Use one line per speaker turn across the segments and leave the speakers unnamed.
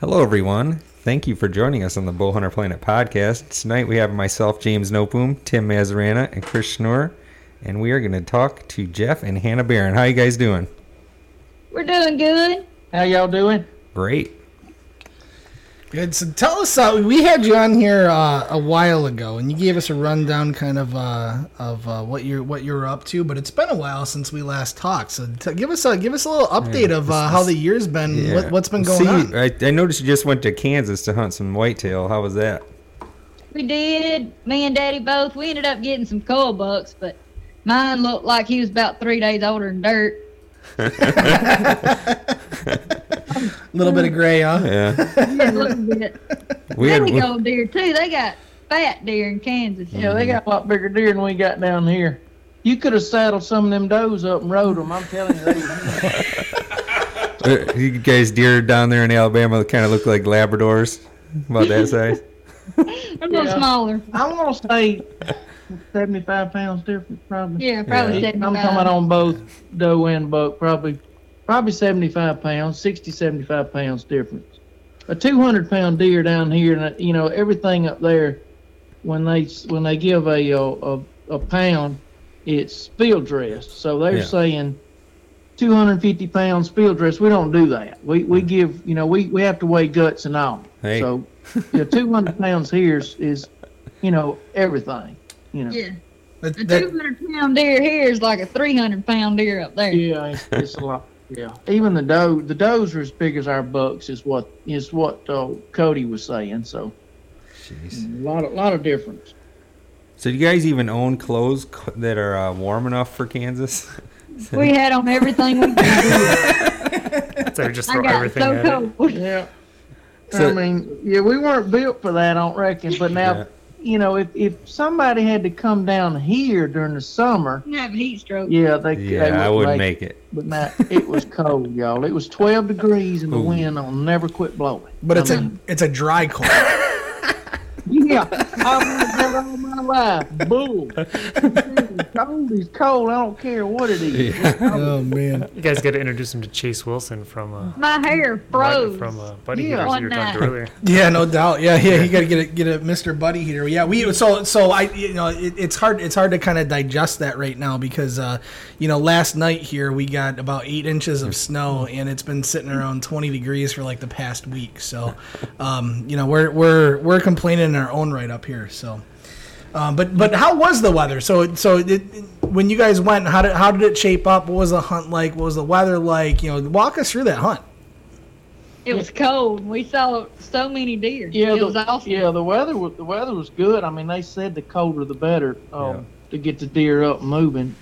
Hello, everyone. Thank you for joining us on the Bowhunter Planet podcast. Tonight we have myself, James Nopum, Tim Mazarana, and Chris Schnorr, and we are going to talk to Jeff and Hannah Barron. How you guys doing?
We're doing good.
How y'all doing?
Great.
Good. So tell us, uh, we had you on here uh, a while ago, and you gave us a rundown kind of uh, of uh, what you're what you're up to. But it's been a while since we last talked, so t- give us a give us a little update
Yeah,
of
this
uh, how
is-
the year's been, what, what's been going
See,
on.
I, I noticed you just went to Kansas to hunt some whitetail. How was that?
We did. Me and Daddy both. We ended up getting some coal bucks, but mine looked like he was about three days older than dirt.
A little bit of gray, huh?
Yeah.
A little bit.
We
There
had,
we go, deer too. They got fat deer in Kansas.
Yeah, they got a lot bigger deer than we got down here. You could have saddled some of them does up and rode them. I'm telling you, they,
uh, you guys deer down there in Alabama kind of look like Labradors, about that size.
a little
Yeah.
smaller.
I want to say 75 pounds difference, probably.
Yeah, probably
I'm talking
75.
about on both doe and buck, probably probably 75 pounds, 60, 75 pounds difference. A 200 pound deer down here, and uh, you know everything up there, when they when they give a uh, a, a pound, it's field dressed. So they're
Yeah.
saying 250 pounds field dress. We don't do that. We we give you know we we have to weigh guts and all.
Mm. Hey.
So you know, 200 pounds here is, is you know everything. You know.
Yeah.
That-
A
that-
200 pound deer here is like a 300 pound deer up there.
Yeah, it's, it's a lot. Yeah, even the doe, the does are as big as our bucks, is what is what uh, Cody was saying. So Mm,
Jeez.
a lot, a lot of difference.
So, do you guys even own clothes c- that are uh, warm enough for Kansas?
We had on everything we could.
So we just
I
throw
got
everything
so
at it.
cold.
Yeah, I
So-
mean, yeah, we weren't built for that, I don't reckon. But now,
Yeah.
you know, if if somebody had to come down here during the summer,
You have a heat stroke.
yeah, they they
Yeah, I wouldn't make it.
But now it was cold, y'all. It was 12 degrees, and the
Ooh.
wind will never quit blowing.
but it's
I
a
mean,
it's a dry cold.
Yeah, I've never all my life. Bull. cold is cold. I don't care what it is.
oh man.
You guys got to introduce him to Chase Wilson from uh,
My hair froze.
from uh, Buddy
Yeah.
Heroes
One
you were talking
night.
to earlier.
Yeah, no doubt. Yeah, yeah, you gotta get a get a Mr. Buddy here. Yeah, we so so I you know it, it's hard it's hard to kind of digest that right now because uh, you know last night here we got about eight inches of snow and it's been sitting around twenty degrees for like the past week. So, um, you know we're we're we're complaining in our own right up here. So, um, but but how was the weather? So so it, it- when you guys went, how did how did it shape up? What was the hunt like? What was the weather like? You know, walk us through that hunt.
It was cold. We saw so many deer.
Yeah,
it
the,
was awesome.
yeah. The weather was the weather was good. I mean, they said the colder the better um,
Yeah.
to get the deer up moving.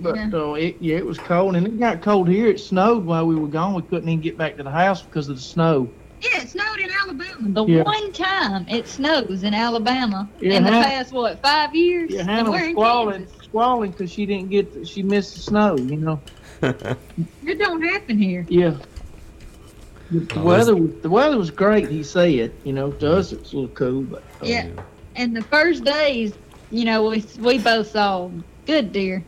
But,
Yeah.
but uh, it, yeah, it was cold, and it got cold here. It snowed while we were gone. We couldn't even get back to the house because of the snow.
Yeah, it snowed in Alabama. The
Yeah.
one time it snows in Alabama
Yeah,
in the
Hannah-
past what five years?
Yeah,
And
Hannah
we're
was
in
squalling,
Kansas.
squalling because she didn't get the, she missed the snow. You know.
It don't happen here.
Yeah.
Oh,
The weather, was- the weather was great. He said, you know, to us it was a little cool, but uh,
yeah. And the first days, you know, we we both saw good deer.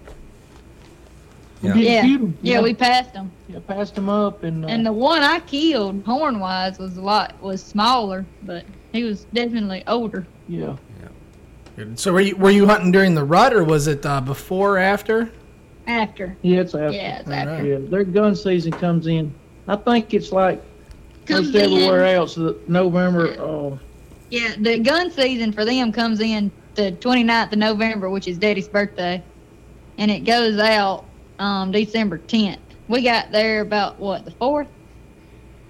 Yeah.
Did
Yeah.
you-
Yeah, we passed them.
I passed him up, and, uh,
And the one I killed, horn wise, was a lot was smaller, but he was definitely older.
yeah,
So were you were you hunting during the rut or was it uh, before or after?
After,
yeah, it's after.
yeah, it's
All
after.
right.
Yeah, their gun season comes in. I think it's like
Comes
most everywhere
in-
else. the- November. Oh,
Yeah, the gun season for them comes in the 29th of November, which is Daddy's birthday, and it goes out um, December 10th. We got there about what the fourth?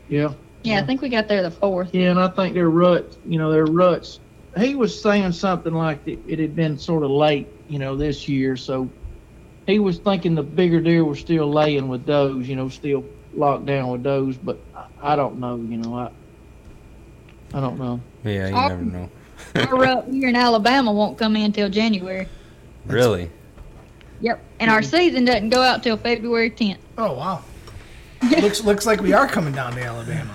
yeah,
Yeah, I think we got there the fourth.
yeah. And I think their rut. You know, their ruts. He was saying something like it, it had been sort of late. You know, this year. So he was thinking the bigger deer were still laying with does. You know, still locked down with does. But I, I don't know. You know, I. I don't know.
Yeah, you
Oh.
never know.
Our rut here in Alabama won't come in till January.
Really?
Yep. And
Mm-hmm.
our season doesn't go out till February 10th.
Oh wow. looks looks like we are coming down to Alabama.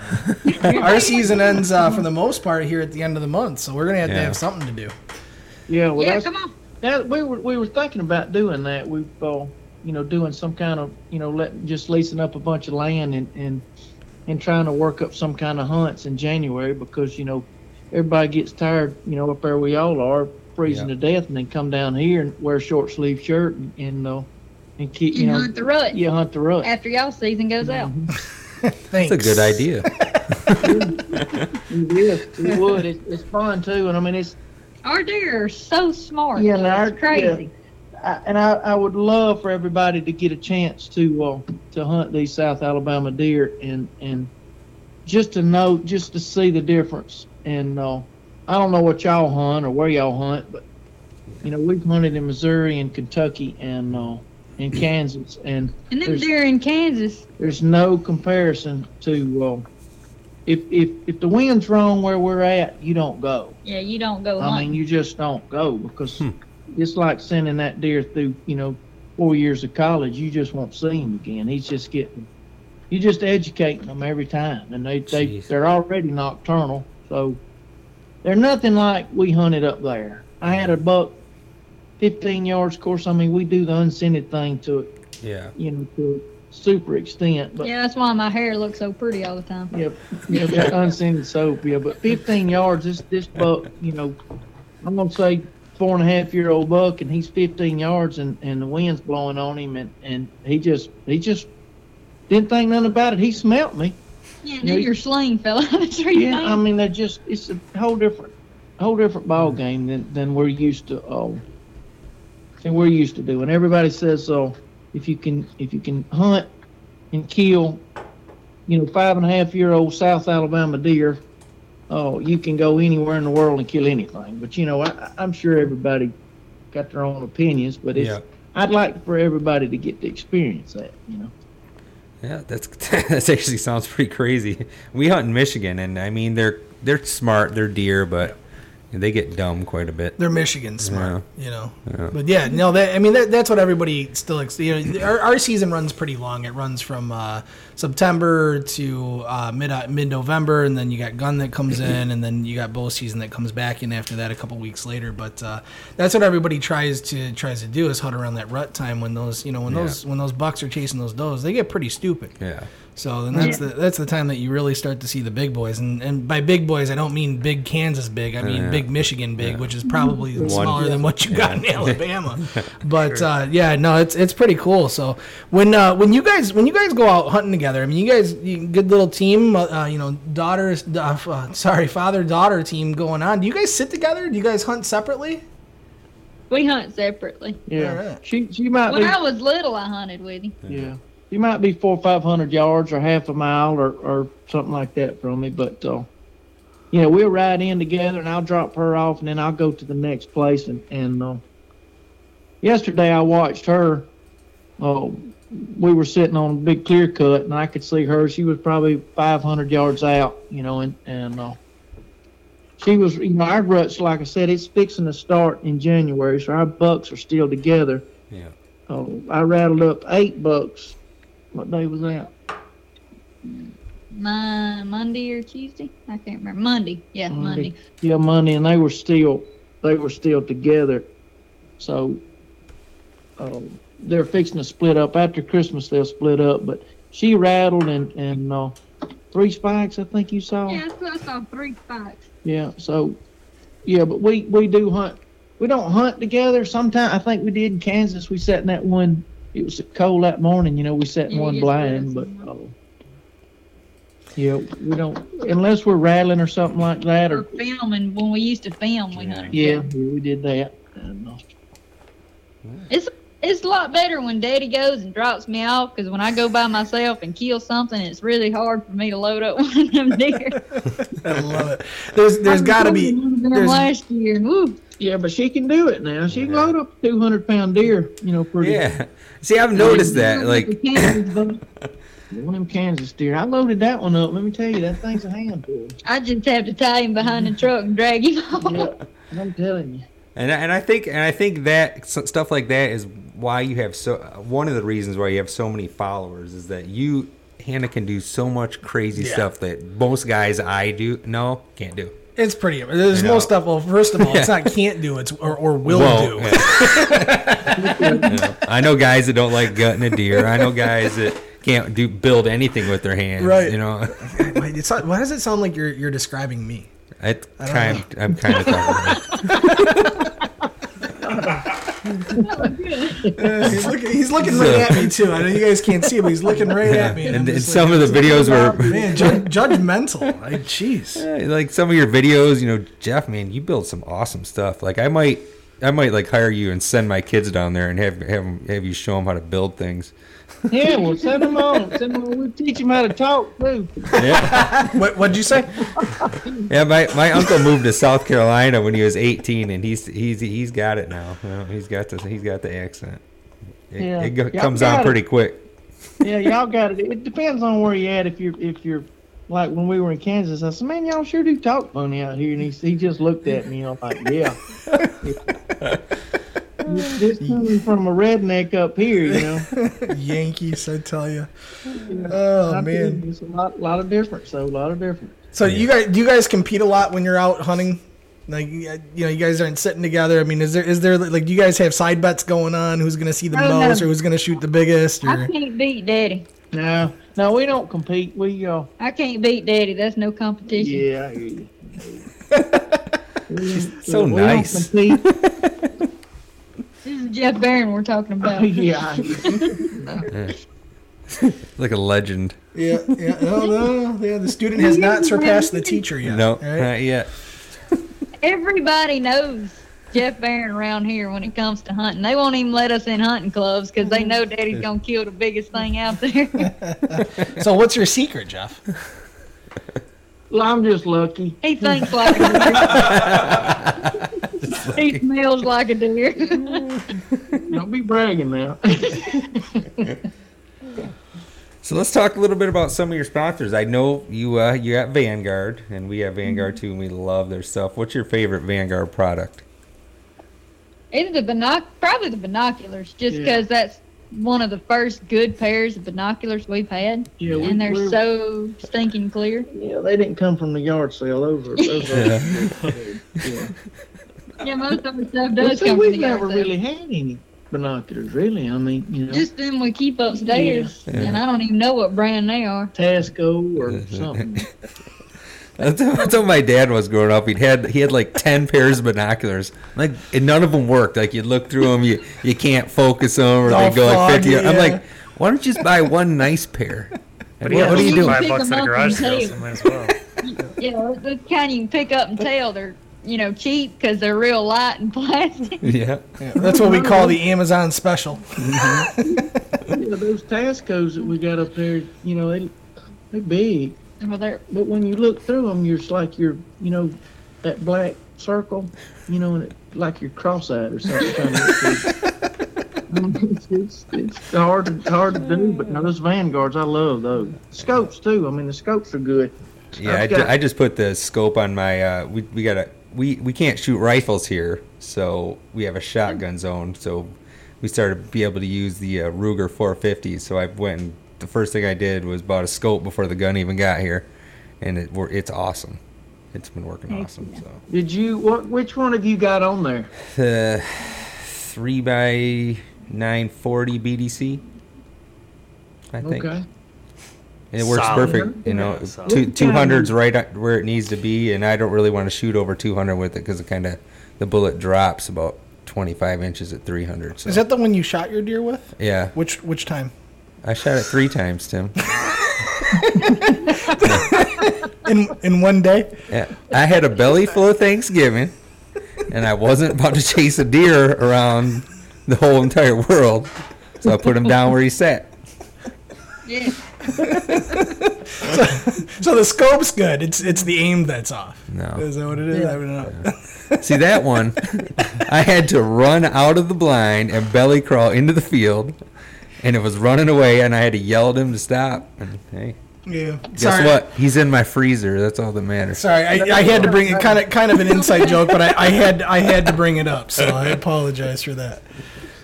Our season ends uh, for the most part here at the end of the month, so we're gonna have
Yeah.
to have something to do.
Yeah, well,
yeah,
that's
come on.
That we were we were thinking about doing that. We uh, you know, doing some kind of you know, let just leasing up a bunch of land and and and trying to work up some kind of hunts in January because you know everybody gets tired. You know, up there we all are freezing
Yeah.
to death, and then come down here and wear a short sleeve shirt and and, uh, and keep you
You
know
hunt the rut
yeah Mm-hmm. hunt the rut.
after y'all season goes out.
Thanks.
That's a good idea.
Yes, we would. It's, it's fun too, and I mean it's
Our deer are so smart.
Yeah,
Yeah,
and our-
it's crazy.
I- and I, I would love for everybody to get a chance to uh, to hunt these South Alabama deer and and just to know just to see the difference and uh, I don't know what y'all hunt or where y'all hunt but you know we've hunted in Missouri and Kentucky and uh, in Kansas and
And them
there's-
deer in Kansas,
there's no comparison to uh, if if if the wind's wrong where we're at you don't go
yeah, you don't go
I mean,
hunting.
you just don't go because it's like sending that deer through, you know, four years of college. You just won't see him again. He's just getting, you just educating them every time, and they they
Jeez.
they're already nocturnal, so they're nothing like we hunted up there. I had a buck, fifteen yards. Of course, I mean, we do the unscented thing to it,
Yeah.
you know, to a super extent, but.
yeah, that's why my hair looks so pretty all the time.
Yeah, yeah, that unscented soap. Yeah, but 15 yards. This this buck, you know, I'm gonna say four and a half year old buck, and he's 15 yards, and and the wind's blowing on him, and and he just he just didn't think nothing about it. He smelt me.
Yeah,
Yeah,
then your sling fell out of the tree.
Yeah, I mean they're just it's a whole different whole different ball game than than we're used to. Oh, than we're used to doing. Everybody says so. If you can if you can hunt and kill, you know, five and a half year old South Alabama deer, oh, you can go anywhere in the world and kill anything. But you know, I, I- I'm sure everybody got their own opinions, but it's.
Yeah.
I'd like for everybody to get to experience that, you know.
Yeah, that's that actually sounds pretty crazy. We hunt in Michigan, and I mean they're they're smart, they're deer, but they get dumb quite a bit.
They're Michigan smart, you know. But yeah, no, that I mean that, that's what everybody still. ex- You know, our, our season runs pretty long. It runs from uh, September to uh, mid mid November, and then you got gun that comes in, and then you got bow season that comes back in after that a couple weeks later. But uh, that's what everybody tries to tries to do is hunt around that rut time when those you know when
Yeah.
those when those bucks are chasing those does, they get pretty stupid.
Yeah.
So then that's the that's the time that you really start to see the big boys, and and by big boys I don't mean big Kansas big, I mean
yeah.
big Michigan big, which is probably smaller than what you got in
Mm-hmm. Yeah.
Alabama. but uh, yeah, no, it's it's pretty cool. So when uh, when you guys when you guys go out hunting together, I mean you guys you, good little team, uh, uh, you know daughters, da- uh, sorry father daughter team going on. Do you guys sit together? Do you guys hunt separately?
we hunt separately.
Yeah.
Alright.
She she might
When
be
I was little, I hunted with him.
Yeah. You might be four or five hundred yards or half a mile or, or something like that from me, but uh, you know, we'll ride in together and I'll drop her off and then I'll go to the next place and, and uh, yesterday I watched her uh, we were sitting on a big clear cut and I could see her. She was probably five hundred yards out, you know, and, and uh, she was you know, our ruts, like I said, it's fixing to start in January, so our bucks are still together.
Yeah.
Um, Oh, I rattled up eight bucks. What day was that?
my Monday or Tuesday. I can't remember. Monday. Yeah, Monday.
Yeah, money, and they were still they were still together. So um, they're fixing to split up after Christmas. They'll split up, but she rattled and and uh, three spikes. I think you saw.
Yeah, I saw, I saw three spots.
Yeah, so yeah, but we we do hunt. We don't hunt together. Sometimes I think we did in Kansas. We sat in that one. It was cold that morning. You know, we sat in
Yeah,
one
you
blind, but
sat in
uh, yeah, we don't unless we're rattling or something like that
Or
or
filming when we used to film, we hunted.
yeah, yeah, we did that. And, uh,
It's it's a lot better when Daddy goes and drops me off because when I go by myself and kill something, it's really hard for me to load up one of them deer.
I love it. There's there's got to be
There's,
there's-
last year. Woo.
Yeah, but she can do it now. She can load up a 200 pound deer, you know, pretty.
Yeah. See, I've noticed that. Like,
One of them Kansas deer. I loaded that one up. Let me tell you, that thing's a handful.
I just have to tie him behind the truck and drag him off.
Yeah, I'm telling you.
and I- and I think and I think that s- stuff like that is why you have so one of the reasons why you have so many followers is that you Hannah can do so much crazy
Yeah.
stuff that most guys I do no can't do.
it's pretty. There's
know.
no stuff. Well, first of all, it's not can't do. It's or, or will do.
yeah. You know, I know guys that don't like gutting a deer. I know guys that can't do build anything with their hands.
Right.
You know,
Why, it's, not- why does it sound like you're you're describing me?
it kind I'm kind of talking. About.
he's looking, he's looking right at me too. I know you guys can't see, it, but he's looking right at me.
And,
I'm
and
just
some
like,
of the videos were
man jud- judgmental. Like, jeez.
Yeah, like some of your videos you know jeff man you build some awesome stuff like i might i might like hire you and send my kids down there and have have, 'em- have you show them how to build things
Yeah, well, send them on. Send them on. We'll teach them how to talk, too.
What what'd you say?
yeah my, my uncle moved to south carolina when he was 18 and he's he's he's got it now You know, he's got the he's got the accent it,
Yeah.
it go,
Yeah,
comes
I got
on
it.
pretty quick
Yeah, y'all got it. It depends on where you're at. If you're, if you're, like when we were in Kansas, I said, man, y'all sure do talk funny out here. And he, he just looked at me. I'm like, yeah. This this coming from a redneck up here, you know.
Yankees, I tell you. Oh
I think
man.
it's a lot, lot of difference. So a lot of difference.
So you guys do you guys compete a lot when you're out hunting? Like you know, you guys aren't sitting together. I mean, is there is there like do you guys have side bets going on? Who's gonna see the
Oh, no.
most, or who's gonna shoot the biggest?
I
Or
can't beat Daddy.
No, no, we don't compete. We uh,
I can't beat Daddy. That's no competition.
yeah, I hear you.
so
we
nice
Don't compete.
This is Jeff Barron we're talking about.
yeah, I hear you.
like a legend
yeah, yeah, no, no, yeah. The student has not surpassed the teacher yet.
no
all right?
not yet
Everybody knows Jeff Barron around here when it comes to hunting. They won't even let us in hunting clubs because they know Daddy's gonna kill the biggest thing out there.
So what's your secret, Jeff?
Well, I'm just lucky.
he thinks like a deer. he smells like a deer.
Don't be bragging now.
So let's talk a little bit about some of your sponsors. I know you uh, you got Vanguard, and we have Vanguard too, and we love their stuff. What's your favorite Vanguard product?
Either the binoc, probably the binoculars, just
Yeah.
because that's one of the first good pairs of binoculars we've had,
Yeah, we-
and they're
we're-
so stinking clear.
Yeah, they didn't come from the yard sale. Those are. Those are yeah.
Yeah, most of the stuff
Well,
does
see,
come from
we've
the
never
yard sale.
really had any binoculars, really. I mean, you know,
Just them we keep upstairs, and I don't even know what brand they are.
Tasco or something.
That's how, that's how my dad was growing up. He'd had he had like ten pairs of binoculars, like and none of them worked. Like you look through them, you you can't focus them, or
All
they go like fifty.
foggy,
I'm
yeah.
like, why don't you just buy one nice pair?
But
What-
yeah,
what are
those
you
are
doing?
Five
Pick
bucks
'em
at a
up
garage
and
sale,
take
so might as well.
Yeah, the kind you can pick up and tell they're you know cheap because they're real light and plastic.
Yeah,
That's what we call the Amazon special.
yeah, those Tascos that we got up there, you know, they they big.
Well, they're
But when you look through them, you're just like you're, you know, that black circle, you know, and it, like you're cross-eyed or something. kind of it's, it's, it's hard to hard to do, but no, those vanguards, I love those scopes too. I mean, the scopes are good.
yeah. I, ju-
Okay.
I just put the scope on my. Uh, we we got a we we can't shoot rifles here, so we have a shotgun zone. So we started to be able to use the uh, Ruger 450. So I went and the first thing I did was bought a scope before the gun even got here, and it wor- it's awesome. It's been working awesome. So
Did you? What? Which one have you got on there?
the three by nine forty BDC. I think.
Okay.
And it works
Solid.
perfect. You know,
Yeah, solid.
two two hundreds right at where it needs to be, and I don't really want to shoot over two hundred with it because it kind of the bullet drops about twenty five inches at three hundred. So
Is that the one you shot your deer with?
yeah?
Which which time?
I shot it three times, Tim.
In in one day?
Yeah, I had a belly full of Thanksgiving, and I wasn't about to chase a deer around the whole entire world, so I put him down where he sat.
Yeah.
So the scope's good. It's it's the aim that's off.
No.
Is that what it is? I don't know.
See that one? I had to run out of the blind and belly crawl into the field, and it was running away, and I had to yell at him to stop. And hey,
Yeah.
guess what? He's in my freezer. That's all that matters.
Sorry, I, I had to bring it kind of kind of an inside joke, but I, I had I had to bring it up, so I apologize for that.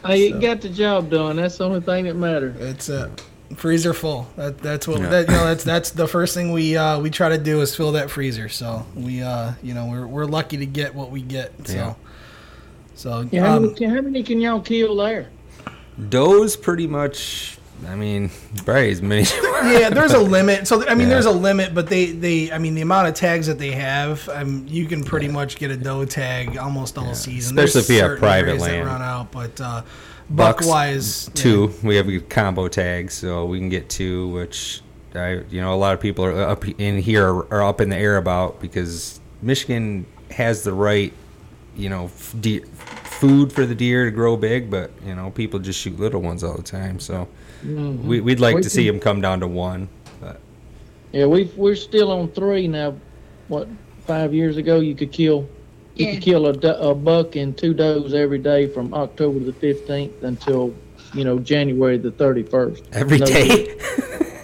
Hey, it got the job done. That's the only thing that matters.
It's uh, freezer full. That, that's what
Yeah.
that, you know, that's that's the first thing we uh, we try to do is fill that freezer. So we uh, you know we're, we're lucky to get what we get. So
Yeah.
so
Yeah, how,
um,
many, how many can y'all kill there?
Doe's pretty much. I mean, probably as many.
yeah, there's a limit. So I mean,
Yeah.
there's a limit, but they they I mean the amount of tags that they have, um, you can pretty much get a doe tag almost all season.
Especially if you have
certain
private
areas that
land.
Run out, but uh, buck
Bucks,
wise
two. We have a combo tags, so we can get two, which I, you know, a lot of people are up in here are up in the air about because Michigan has the right, you know, f- deer, food for the deer to grow big, but you know, people just shoot little ones all the time. So
Mm-hmm.
we, we'd like
We
to see them come down to one. But
Yeah, we we're still on three now. What five years ago you could kill you
Yeah.
could kill a, do- a buck and two does every day from October the fifteenth until you know January the thirty first.
every day,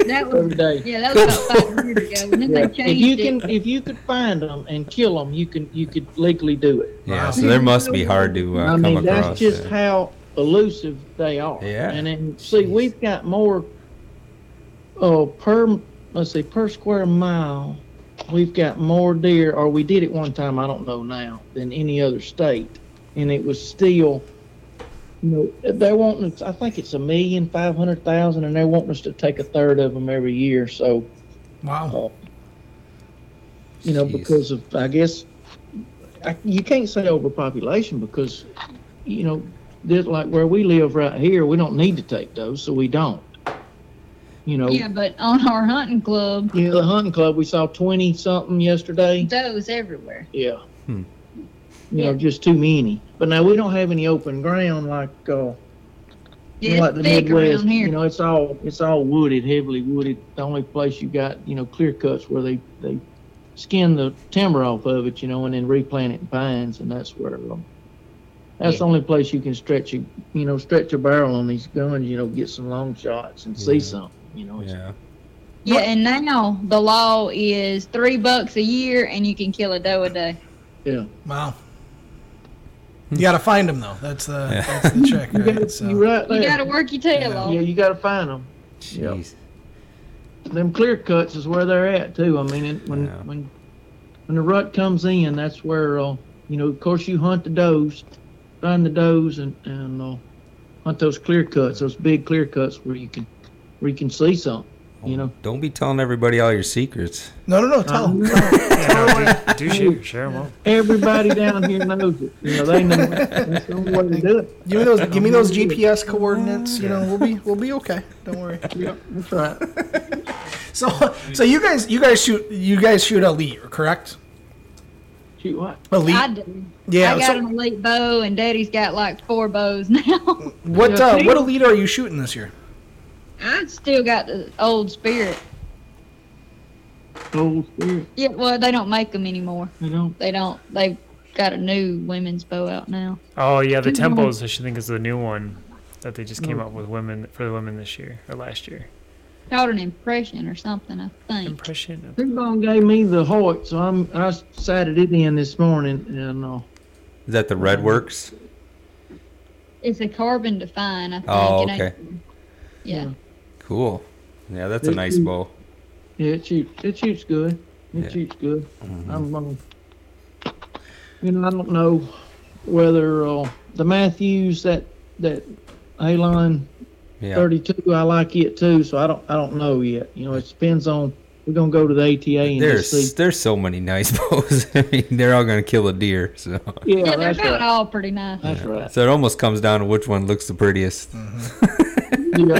That
every
was.
day.
Yeah, that was about five years ago, and then
Yeah.
they
If you
changed it.
can if you could find them and kill them, you can you could legally do it.
yeah. So there must be hard to uh,
I
come
mean
across.
that's just
yeah.
how elusive they are.
Yeah.
And then see
Jeez.
we've got more. Oh, per let's see per square mile, we've got more deer, or we did it one time. I don't know now than any other state, and it was still. You know, they're wanting. us- I think it's a million five hundred thousand, and they're wanting us to take a third of them every year. So
wow.
you know,
Jeez.
because of I guess I, you can't say overpopulation because you know, this, like where we live right here, we don't need to take those, so we don't. You know,
Yeah, but on our hunting club,
you know, the hunting club we saw twenty something yesterday.
does everywhere.
Yeah,
Hmm.
you know, just too many. But now we don't have any open ground like uh, you know,
Yeah,
like
it's
the
big
Midwest.
around
You
here.
know, it's all it's all wooded, heavily wooded. The only place you got you know clear cuts where they they skin the timber off of it, you know, and then replant it in pines, and that's where um, that's the only place you can stretch a you know stretch a barrel on these guns. You know, get some long shots and see something. You know, it's,
Yeah.
Yeah, and now the law is three bucks a year, and you can kill a doe a day.
yeah.
Wow. You gotta find them though. That's the that's uh, the trick, right?
you
So,
right there.
You got to work your tail off.
yeah, you got to find them.
Jeez.
Them clear cuts is where they're at too. I mean, it, when
Yeah.
when when the rut comes in, that's where uh, you know. Of course, you hunt the does, find the does, and and uh, hunt those clear cuts, those big clear cuts where you can where you can see something. You know, Um,
Don't be telling everybody all your secrets.
no, no, no. Oh. Tell 'em.
Yeah, no, do, do share, share 'em all.
everybody down here knows it. You know, they know it. that's the only way to do it.
Give me those. Give me those GPS coordinates. You know, we'll be we'll be okay. Don't worry.
That's right.
So, so you guys, you guys shoot, you guys shoot elite, correct?
Shoot what?
Elite.
I do.
yeah.
I got
so
an elite bow, and Daddy's got like four bows now.
what uh, what elite are you shooting this year?
I still got the old spirit.
Old spirit.
Yeah, well, they don't make them anymore.
You know,
They don't. They've got a new women's bow out now.
Oh yeah, the temples. I should think is the new one that they just came up with women for the women this year or last year.
Called an impression or something, I think.
Impression. Of,
T-Bone gave me the Hoyt, so I'm I sighted it in this morning, and uh,
Is that the Red Works?
It's a carbon define, I think.
Oh,
It ain't-
okay.
Yeah.
Cool. Yeah, that's a nice bow.
Yeah, it shoots. It shoots good. It
Yeah. Mm-hmm.
shoots good. I'm, um, you know, I don't know whether uh, the Matthews that that Halon
Yeah.
32, I like it too. So I don't I don't know yet. You know, it depends on. We're gonna go to the ATA and
There's
just see.
there's so many nice bows. I mean, they're all gonna kill a deer. So
Yeah,
Yeah, they're
that's
about
right.
all pretty nice.
That's right.
so it almost comes down to which one looks the prettiest.
Yeah.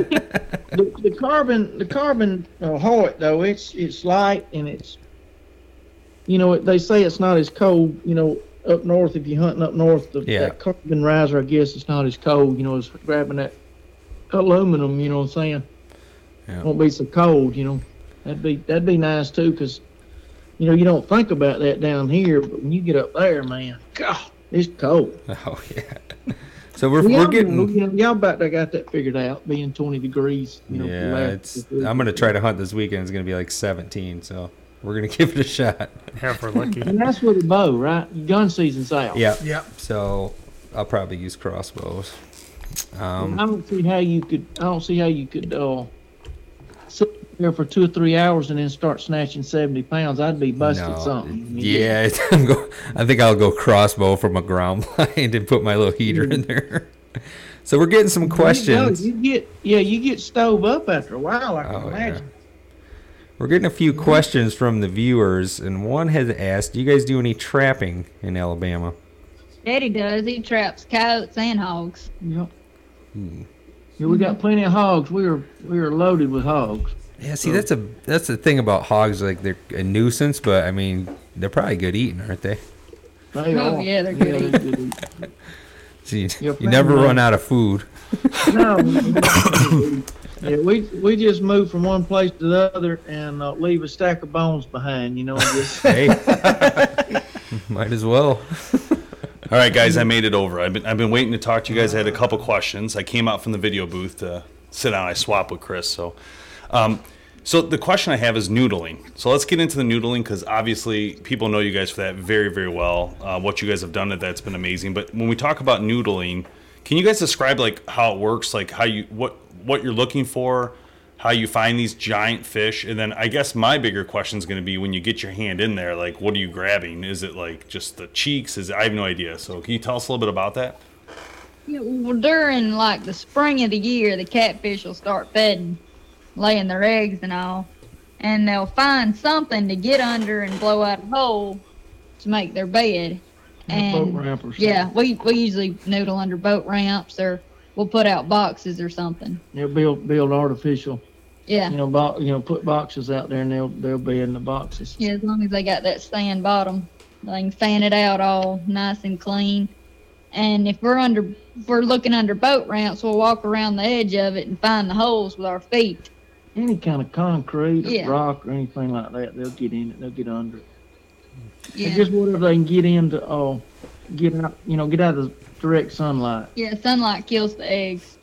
the, the carbon, the carbon uh, heart though, it's it's light and it's, you know, they say it's not as cold. You know, up north, if you're hunting up north, the
Yeah.
that carbon riser, I guess, it's not as cold. You know, as grabbing that aluminum. You know what I'm saying?
Yeah.
Won't be so cold. You know, that'd be that'd be nice too, cause, you know, you don't think about that down here, but when you get up there, man, God, it's cold.
Oh yeah. So we're,
Yeah,
we're
know,
getting
you know, y'all about to got that figured out, being 20 degrees. You know, for
yeah.
last-
It's I'm gonna try to hunt this weekend. It's gonna be like 17. So we're gonna give it a shot.
Yeah, if we're lucky.
And that's with a bow, right? Gun season's out.
Yeah.
Yep.
So I'll probably use crossbows.
I don't see how you could. I don't see how you could uh, sit there for two or three hours and then start snatching 70 pounds. I'd be busted
No.
something.
Yeah. it's- I'm go, I think I'll go crossbow from a ground blind and put my little heater in there. So we're getting some questions.
You, know, you get yeah, you get stove up after a while. I can
Oh, yeah.
imagine.
We're getting a few questions from the viewers, and one has asked, "Do you guys do any trapping in Alabama?"
Daddy does. He traps coyotes and hogs.
Yeah.
Hmm.
Yeah, we got plenty of hogs. We were we were loaded with hogs.
Yeah, see, that's a that's the thing about hogs. Like they're a nuisance, but I mean, they're probably good eating, aren't they?
They
Oh,
are.
yeah, they're good
they're good.
So you,
You're
you never
probably
run
right.
out of food.
No. yeah, we we just move from one place to the other and uh, leave a stack of bones behind. You know, and just
Hey, might as well.
All right, guys, I made it over. I've been, I've been waiting to talk to you guys. I had a couple questions. I came out from the video booth to sit down. I swapped with Chris. So, um, so the question I have is noodling. So let's get into the noodling because obviously people know you guys for that very, very well. Uh, what you guys have done, that's been amazing. But when we talk about noodling, can you guys describe like how it works, like how you what what you're looking for, how you find these giant fish, and then I guess my bigger question is going to be when you get your hand in there, like what are you grabbing? Is it like just the cheeks? Is I have no idea. So can you tell us a little bit about that?
Yeah, well, during like the spring of the year, the catfish will start bedding, laying their eggs and all, and they'll find something to get under and blow out a hole to make their bed.
boat
And
ramp or something.
yeah, we we usually noodle under boat ramps or we'll put out boxes or something.
you know, build build artificial.
Yeah,
You know, bo- you know, put boxes out there and they'll they'll be in the boxes.
yeah, as long as they got that sand bottom, they can fan it out all nice and clean. And if we're under, if we're looking under boat ramps, we'll walk around the edge of it and find the holes with our feet.
Any kind of concrete or
Yeah.
rock or anything like that, they'll get in it. They'll get under it.
Yeah.
And just whatever they can get into, oh, get out. You know, get out of the direct sunlight.
yeah, sunlight kills the eggs.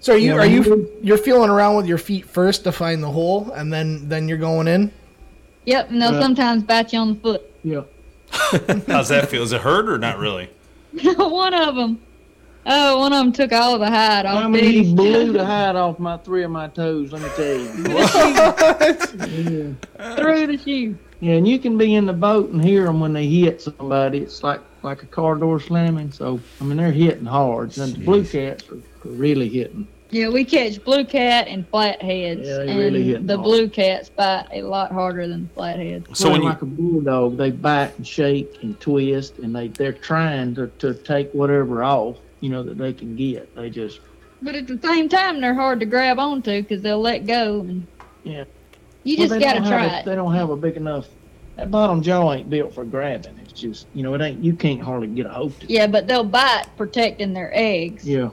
So are you
Yeah,
are you
we-
you're feeling around with your feet first to find the hole, and then then you're going in?
Yep, and they'll
Yeah.
sometimes bite you on the foot.
Yeah.
How's that feel? Is it hurt or not really?
one of them. Oh, one of them took all the hide off.
I mean, he
these.
blew the hide off my three of my toes. Let me tell you.
through the shoe.
Yeah, and you can be in the boat and hear them when they hit somebody. It's like like a car door slamming. So I mean, they're hitting hard. And the blue cats are, are really hitting.
Yeah, we catch blue cat and flatheads,
Yeah, they
and
really hit
the
hard.
blue cats bite a lot harder than the flatheads.
So when
Kinda
you
like a bulldog, they bite and shake and twist, and they they're trying to, to take whatever off you know that they can get. They just
But at the same time, they're hard to grab onto because they'll let go, and
Yeah.
you
Well,
just
they
gotta
don't have
try
a-
it.
They don't have a big enough. That bottom jaw ain't built for grabbing. It's just you know it ain't. You can't hardly get a hold to. it.
Yeah, but they'll bite protecting their eggs.
Yeah.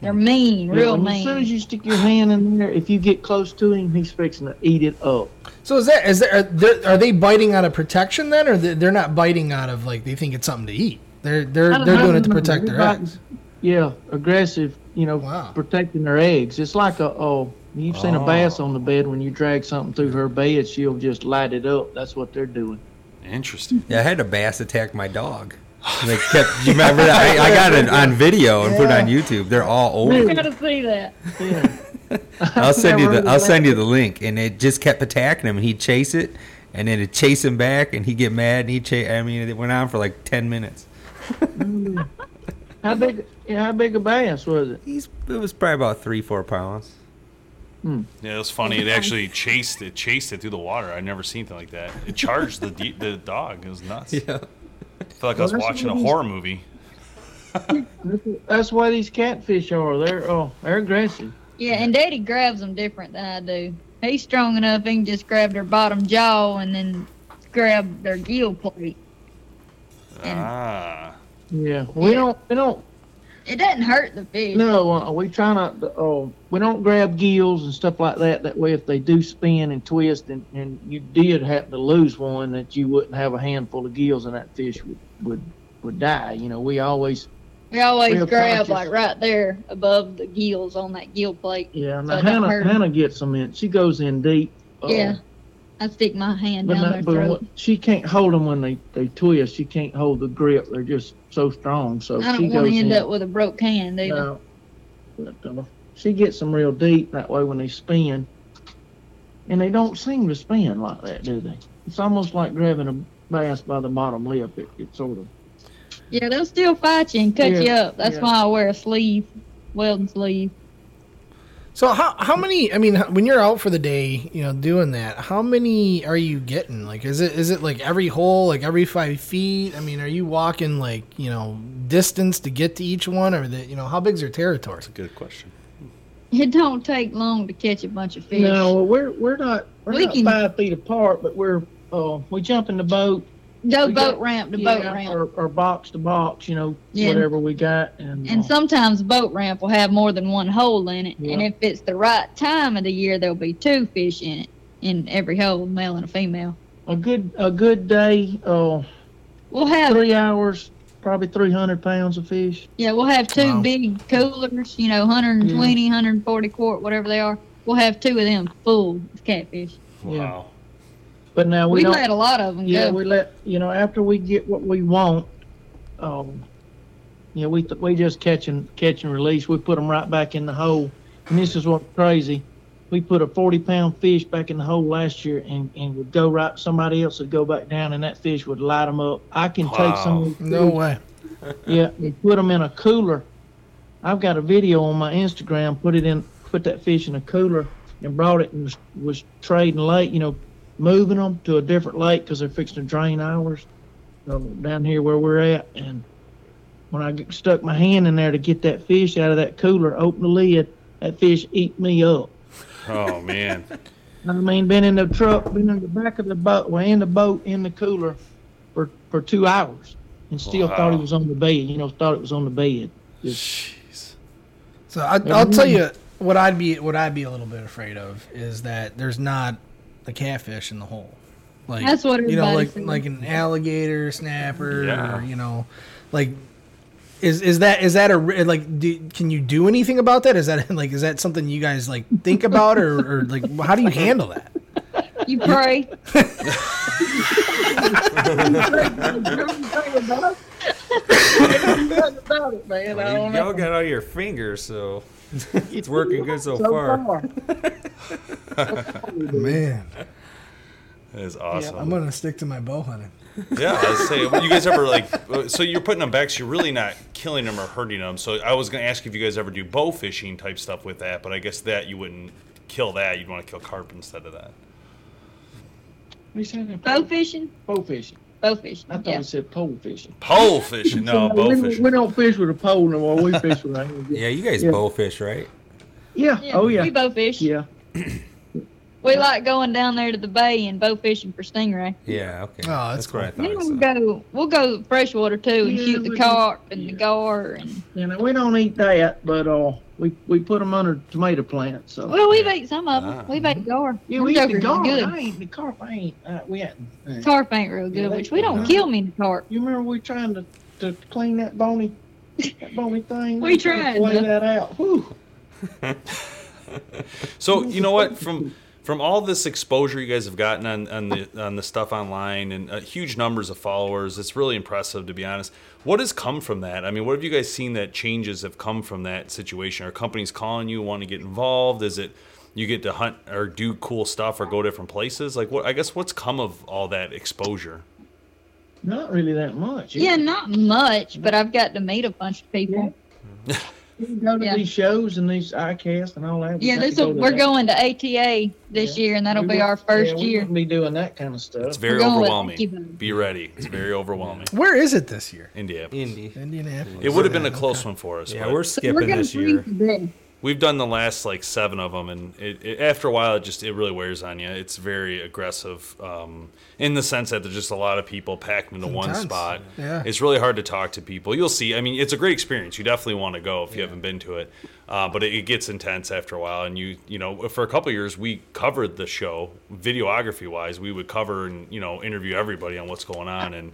They're mean,
Yeah,
real
and As
mean.
soon as you stick your hand in there, if you get close to him, he's fixing to eat it up.
So is that is there are, there, are they biting out of protection then, or they- they're not biting out of like they think it's something to eat? They're they're
I
they're
don't
doing it to
know.
protect their
Everybody-
eggs.
Yeah, aggressive. You know,
Wow.
protecting their eggs. It's like a oh, you've seen a
Oh.
bass on the bed. When you drag something through her bed, she'll just light it up. That's what they're doing.
Interesting.
Yeah, I had a bass attack my dog. They kept. You remember? that? I, I got it on video and put it on YouTube. They're all over.
gotta see that.
Yeah,
I'll send you
never
the
heard of
I'll
that.
send you the link, and it just kept attacking him. and He'd chase it, and then it'd chase him back, and he'd get mad, and he'd chase. I mean, it went on for like ten minutes.
How big? Yeah, how big a bass was it?
He's it was probably about three four pounds.
Yeah, it was funny. It actually chased it chased it through the water. I'd never seen anything like that. It charged the de- the dog. It was nuts. I
Yeah.
felt like I was
Well, that's
watching a
what it is.
horror movie.
That's why these catfish are. They're oh, they're aggressive.
Yeah, and Daddy grabs them different than I do. He's strong enough; he can just grab their bottom jaw and then grab their gill plate. And
Ah,
Yeah, we don't. We don't.
it doesn't hurt the fish.
No, uh, we try not. To, oh, we don't grab gills and stuff like that. That way, if they do spin and twist, and, and you did happen to lose one, that you wouldn't have a handful of gills, and that fish would would would die. You know, we always.
We always
Real
grab
conscious.
like right there above the gills on that gill plate.
Yeah,
So
now
it don't
Hannah
hurt.
Hannah gets them in. She goes in deep. uh,
Yeah, I stick my hand
But,
down
not,
their
but
throat.
what- she can't hold them when they, they twist. She can't hold the grip. They're just so strong. So
I
she
don't
goes
want to end
in.
up with a broke hand either.
No. But, uh, she gets them real deep that way when they spin. And they don't seem to spin like that, do they? It's almost like grabbing a bass by the bottom lip. It, it sort of.
Yeah, they'll still fight you and cut
Yeah,
you up. That's
yeah.
why I wear a sleeve, welding sleeve.
So how how many? I mean, h- when you're out for the day, you know, doing that, how many are you getting? Like, is it is it like every hole, like every five feet? I mean, are you walking like you know distance to get to each one, or the you know how big's your territory?
good question.
It don't take long to catch a bunch of fish.
No, well, we're we're not we're
We
not
can-
five feet apart, but we're uh, we jump in the boat.
Go
we
boat
got-
ramp to boat
yeah,
ramp.
Or, or box to box, you know,
Yeah.
whatever we got, and,
And
uh,
sometimes boat ramp will have more than one hole in it. And
Yeah.
if it's the right time of the year, there'll be two fish in it, in every hole, male and a female.
a good a good day. Uh,
We'll have
three hours, probably 300 pounds of fish.
yeah, we'll have two
Wow.
big coolers, you know, 120, 140 quart, whatever they are. We'll have two of them full of catfish.
Yeah.
Wow.
But now we,
We,
don't.
let a lot of them
yeah,
go.
we let you know after we get what we want. Um, yeah, we th- we just catch and catch and release. We put them right back in the hole. And this is what's crazy. We put a 40 pound fish back in the hole last year, and and would go right. Somebody else would go back down, and that fish would light them up. I can take some. of these
No
fish
way.
Yeah, we put them in a cooler. I've got a video on my Instagram. Put it in, put that fish in a cooler, and brought it and was, was trading lake. You know, moving them to a different lake because they're fixing to drain ours um, down here where we're at. And when I g- stuck my hand in there to get that fish out of that cooler, open the lid, that fish eat me up.
Oh man.
I mean, been in the truck, been in the back of the boat, well, in the boat, in the cooler, for for two hours, and still thought
Wow.
it was on the bed. You know, thought it was on the bed.
So I, I'll tell you what I'd be what I'd be a little bit afraid of is that there's not the catfish in the hole. Like
That's what
you know,
everybody
like
says.
like an alligator snapper,
Yeah.
or, you know, like is is that is that a ri- like? Do, can you do anything about that? Is that like is that something you guys like think about or, or like how do you handle that?
You pray.
man. I
Y'all got all your fingers, so it's working good so, far.
Man,
That is
I'm
awesome.
gonna stick to my bow hunting.
Yeah, I was saying, you guys ever like, uh, so you're putting them back, so you're really not killing them or hurting them. So I was going to ask if you guys ever do bow fishing type stuff with that, but I guess that you wouldn't kill that. You'd want to kill carp instead of that.
He said
Bow fishing?
pole fishing.
Bow fishing.
I thought
Yeah.
he said pole fishing.
Pole fishing, no, bow
we,
fishing.
We don't fish with a pole no more. We fish with a hand.
Yeah, you guys
Yeah.
bow fish, right?
Yeah. Oh yeah.
We bow fish.
Yeah.
We like going down there to the bay and bow fishing for stingray.
Yeah, okay.
Oh, that's
what I
Then
thought.
we'll
so.
go we'll go freshwater too and
Yeah,
shoot the
we-
carp and the
yeah.
gar and
You know, we don't eat that, but uh, we we put them under tomato plants. So
well we've ate some of them.
Ah.
We've ate gar.
you
Them
eat the
jokers are
garlic. I
good.
ain't the carp. I ain't. Uh, we had.
Carp ain't real good,
Yeah, they-
which we don't
no.
kill many carp.
You remember we trying to, to clean that bony that bony thing?
We tried,
Lay
huh?
that out. Whew.
So you know what? From from all this exposure you guys have gotten on, on the on the stuff online and uh, huge numbers of followers, it's really impressive to be honest. What has come from that? I mean, what have you guys seen that changes have come from that situation? Are companies calling you, want to get involved? Is it you get to hunt or do cool stuff or go different places? Like, what I guess what's come of all that exposure?
Not really that much. is
Yeah,
it?
not much, but I've got to meet a bunch of people.
You go to
yeah.
these shows and these iCasts and all that. we
Yeah,
got to
this
go
will,
to
we're
that.
going to ATA this
Yeah.
year, and that'll
We
be
won't-
our first
yeah,
year.
We won't be doing that kind of stuff.
It's very
We're going with Mickey
overwhelming.
Mouse.
Be ready. It's very overwhelming.
Where is it this year?
India.
Indy.
Indianapolis.
It would have been a close one for us.
Yeah,
but-
we're
So we're
skipping
gonna
this
bring
year.
today.
we've done the last like seven of them and it, it, after a while it just it really wears on you it's very aggressive um, in the sense that there's just a lot of people packed into one
Intense.
spot
Yeah.
it's really hard to talk to people you'll see i mean it's a great experience you definitely want to go if you haven't been to it uh, but it, it gets intense after a while and you you know for a couple of years we covered the show videography wise we would cover and you know interview everybody on what's going on and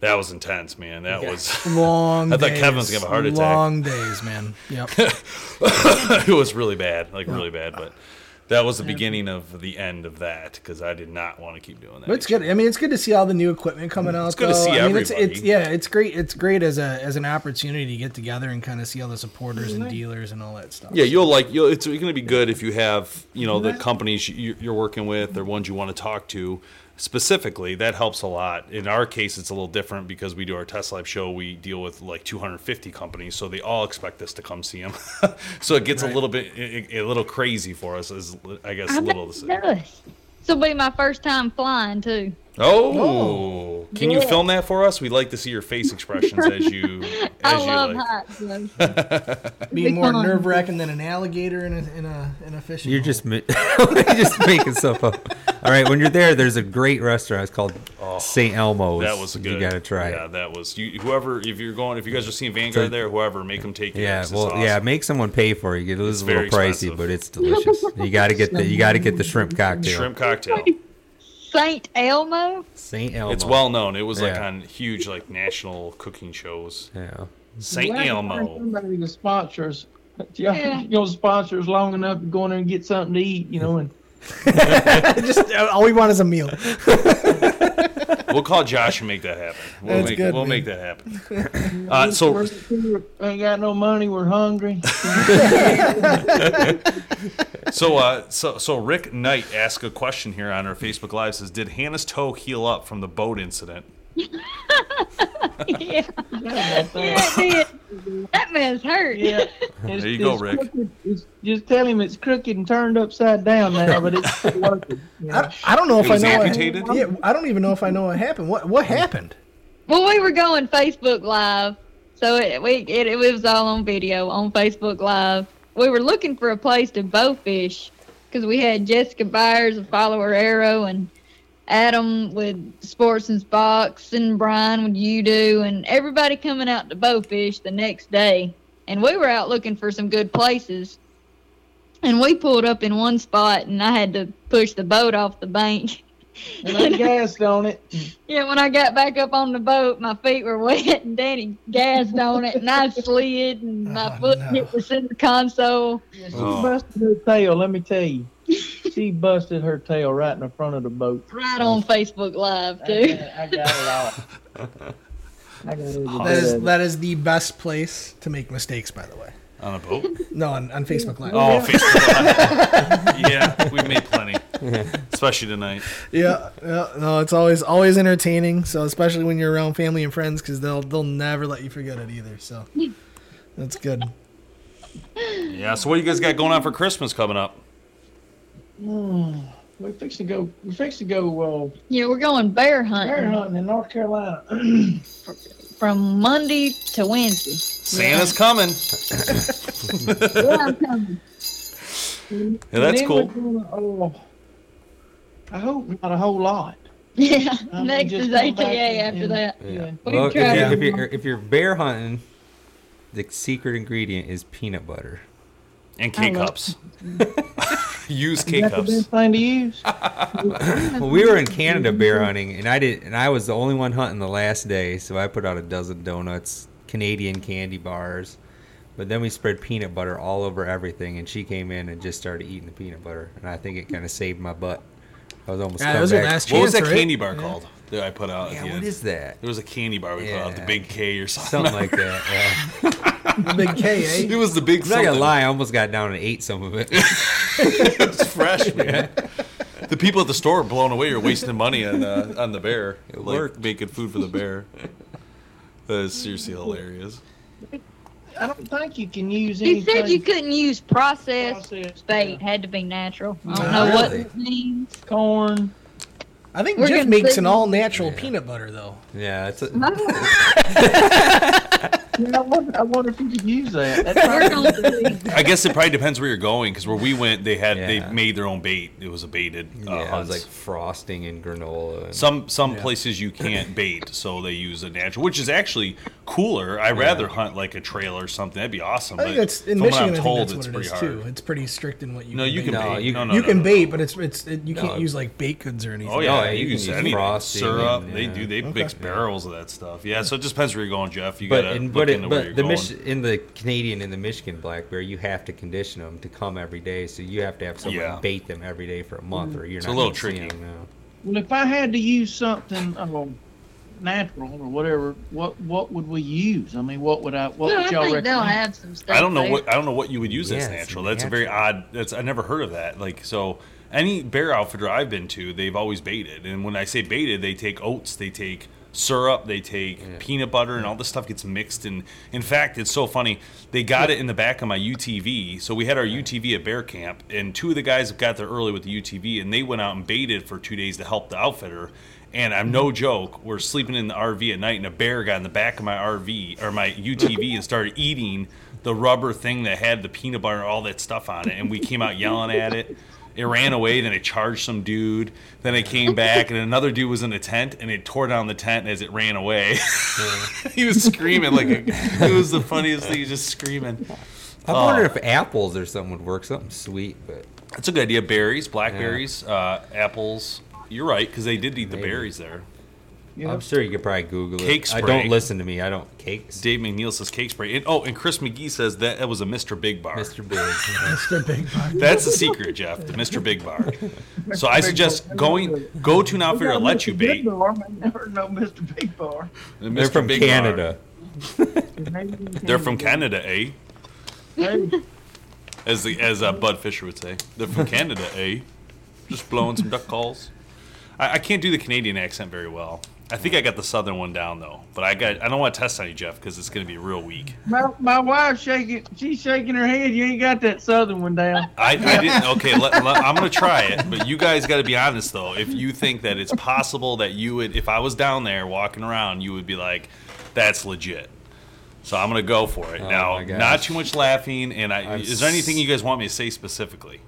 that was intense man that was
Long
I thought
days.
Kevin was gonna have a heart attack.
Long days, man. Yep.
it was really bad, like really bad. But that was the beginning of the end of that because I did not want to keep doing that.
But it's good. I mean, it's good to see all the new equipment coming out. It's
good to see
I mean, it's,
everybody.
it's yeah, it's great. It's great as a as an opportunity to get together and kind of see all the supporters and dealers and all that stuff.
Yeah, you'll like you'll. It's going to be good if you have you know the companies you- you're working with or ones you want to talk to specifically. That helps a lot. In our case, it's a little different because we do our test lab show. We deal with like 250 companies, so they all expect us to come see them. so it gets a little bit a- a a little crazy for us. Is I guess a
I'm
little.
nervous. This will be my first time flying too.
Oh, can you film that for us? We like to see your face expressions as you. As
I
you
love
like.
heights. though.
Being more
Become-
nerve wracking than an alligator in a in a in a fishing.
You're
hole.
just mi- you're just making stuff up. All right, when you're there, there's a great restaurant. It's called St. Elmo's.
Oh, That was a good.
You gotta try
Yeah,
it.
that was you. Whoever, if you're going, if you guys are seeing Vanguard there, whoever, make them take you.
Yeah,
Yeah,
well, yeah. Make someone pay for it. It is a little
very
pricey,
expensive.
but it's delicious. You gotta get the you gotta get the shrimp cocktail.
shrimp cocktail.
Saint Elmo.
St. Elmo.
It's well known. It was like
Yeah.
on huge like national cooking shows.
Yeah.
Saint
Glad to find
Elmo.
Somebody to sponsor us. Y'all
Yeah.
gonna sponsor us long enough to go in there and get something to eat, you know, and
just uh, all we want is a meal.
We'll call Josh and make that happen. We'll
That's
make
good,
we'll
man.
make that happen. Uh, so
ain't got no money, we're hungry.
so uh, so so Rick Knight asked a question here on our Facebook Live. Says, did Hannah's toe heal up from the boat incident?
Yeah, yeah, it did. That mess hurt.
Yeah.
There you go, Rick.
crooked- it's- just tell him it's crooked and turned upside down now, but it's still working. you know.
I, I don't know if
It was
I know. what-
amputated?
yeah, I don't even know if I know what happened. What what happened?
Well, we were going Facebook Live, so it, we, it, it was all on video on Facebook Live. We were looking for a place to bow fish because we had Jessica Byers of Follower Arrow and Adam with Sports and Spox and Brian with You Do and everybody coming out to bow fish the next day. And we were out looking for some good places. And we pulled up in one spot, and I had to push the boat off the bank.
And I gassed on it.
Yeah, when I got back up on the boat, my feet were wet, and Danny gassed on it, and I slid, and my
Oh,
foot
no.
hit the center console.
She
Oh.
busted her tail, let me tell you. She busted her tail right in the front of the boat.
Right on Facebook Live, too.
I got it all. I got it all.
That is that is the best place to make mistakes, by the way.
On a boat?
No, on, on Facebook Live.
Oh, Facebook Live. yeah, we've made plenty, especially tonight.
Yeah, yeah, no, it's always always entertaining. So especially when you're around family and friends, because they'll they'll never let you forget it either. So that's good.
Yeah. So what do you guys got going on for Christmas coming up?
We're fixing to go. We're fixing to go uh,
Yeah, we're going bear hunting
bear hunting in North Carolina.
from Monday to Wednesday.
Santa's coming.
Yeah, I'm coming.
Yeah, that's
And then
cool.
we're gonna, uh, I hope not a whole lot.
Yeah,
I'm
next is
just going back
ATA
in-
after
in-
that.
Yeah.
We
Well, if
tried
you're,
it.
if, you're, if you're bear hunting, the secret ingredient is peanut butter.
And K cups. Use K
That's the
cups.
best thing to use.
Well, we were in Canada bear hunting, and I did, and I was the only one hunting the last day, so I put out a dozen donuts, Canadian candy bars. But then we spread peanut butter all over everything, and she came in and just started eating the peanut butter, and I think it kind of saved my butt. I was almost.
Yeah,
come
those are
back.
last
What was that
Chance, right?
candy bar called that I put out at
eh? Yeah,
the
what
end?
is that?
There was a candy bar we put out, the
Yeah.
Big K or something.
Something like that. Yeah.
The big K, eh?
It was the big.
I'm not gonna
something.
lie, I almost got down and ate some of it.
It's fresh, man. The people at the store are blown away. You're wasting money on uh, on the bear. It
worked.
making food for the bear. That is seriously hilarious.
I don't think you can use
He
anything.
said you couldn't use processed
Processed,
bait.
yeah.
Had to be natural. I don't
Oh,
know what
really?
it means.
corn.
I think
We're
Jeff
gonna
makes
put-
an all natural peanut butter though.
yeah, it's a,
You know, I, wonder, I wonder if you could use that. That
We're
probably-
gonna see.
I guess it probably depends where you're going because where we went, they had they
Yeah.
made their own bait. It was a baited. Uh,
yeah, it was
hunts.
like frosting and granola. And,
some some places you can't bait, so they use a natural, which is actually cooler. I would rather hunt like a trail or something. That'd be awesome.
I think
but
that's in
from what
Michigan.
I'm
I
told,
think
it's
that's what it
pretty
is
hard.
too. It's pretty strict in what you.
No,
can
you can
bake.
No,
bait.
you
no,
can-
no,
you
no,
can
no.
bait, but it's it's it, you
No,
can't
it-
use like baked goods or anything.
Oh yeah,
yeah,
you, can
you can
use
use
anything.
frosting
Syrup.
and,
They
yeah.
do. They
Okay.
mix barrels of that stuff. Yeah, so it just depends where you're going, Jeff. You
but
gotta
in,
look
but
into
it,
where
but
you're
the
going.
Mich- in the Canadian and the Michigan black bear, you have to condition them to come every day. So you have to have someone
Yeah.
bait them every day for a month, or you're
It's a
not
little
gonna see
tricky.
'em, no.
Well, if I had to use something um, natural or whatever, what what would we use? I mean, what would I? What
I
would y'all
think they'll
recommend?
have some stuff.
I don't know
there.
what I don't know what you would use as
Yeah, it's
natural. That's a very
natural.
odd. That's I never heard of that. Like so, any bear outfitter I've been to, they've always baited. And when I say baited, they take oats, they take syrup, they take peanut butter, and all this stuff gets mixed. And in fact, it's so funny. They got it in the back of my UTV. So we had our UTV at bear camp, and two of the guys got there early with the UTV, and they went out and baited for two days to help the outfitter. And I'm no joke. We're sleeping in the RV at night, and a bear got in the back of my RV or my UTV and started eating the rubber thing that had the peanut butter, and all that stuff on it. And we came out yelling at it. It ran away. Then it charged some dude. Then it came back, and another dude was in a tent, and it tore down the tent as it ran away. he was screaming like a, it was the funniest thing. He was just screaming.
I wonder if apples or something would work, something sweet. But
That's a good idea. Berries, blackberries, uh, apples. You're right because they did eat the
Maybe.
berries there.
I'm sure you could probably Google
Cake
it. I
spray.
don't listen to me. I don't cakes.
Dave McNeil says cake spray. And, oh, and Chris McGee says that that was a Mr. Big Bar.
Mr. Biggs.
Mr. Big Bar.
That's the secret, Jeff. The Mr. Big Bar. So I suggest going go to an outfitter that let you bait.
Bar, I never know Mr. Big Bar.
And
They're
Mr.
from
Big Bar.
Canada.
They're from Canada, eh?
Hey,
As the as uh, Bud Fisher would say, they're from Canada, eh? Just blowing some duck calls. I, I can't do the Canadian accent very well. I think I got the southern one down though, but I got I don't want to test on you, Jeff, because it's going to be real weak.
my, my wife's shaking. She's shaking her head. You ain't got that southern one down.
I, I didn't. Okay, let, let- I'm gonna try it, but you guys got to be honest though. If you think that it's possible that you would, if I was down there walking around, you would be like, "That's legit." So I'm gonna go for it. now,
Oh my gosh.
not too much laughing. And I,
I'm
is there anything
s-
you guys want me to say specifically?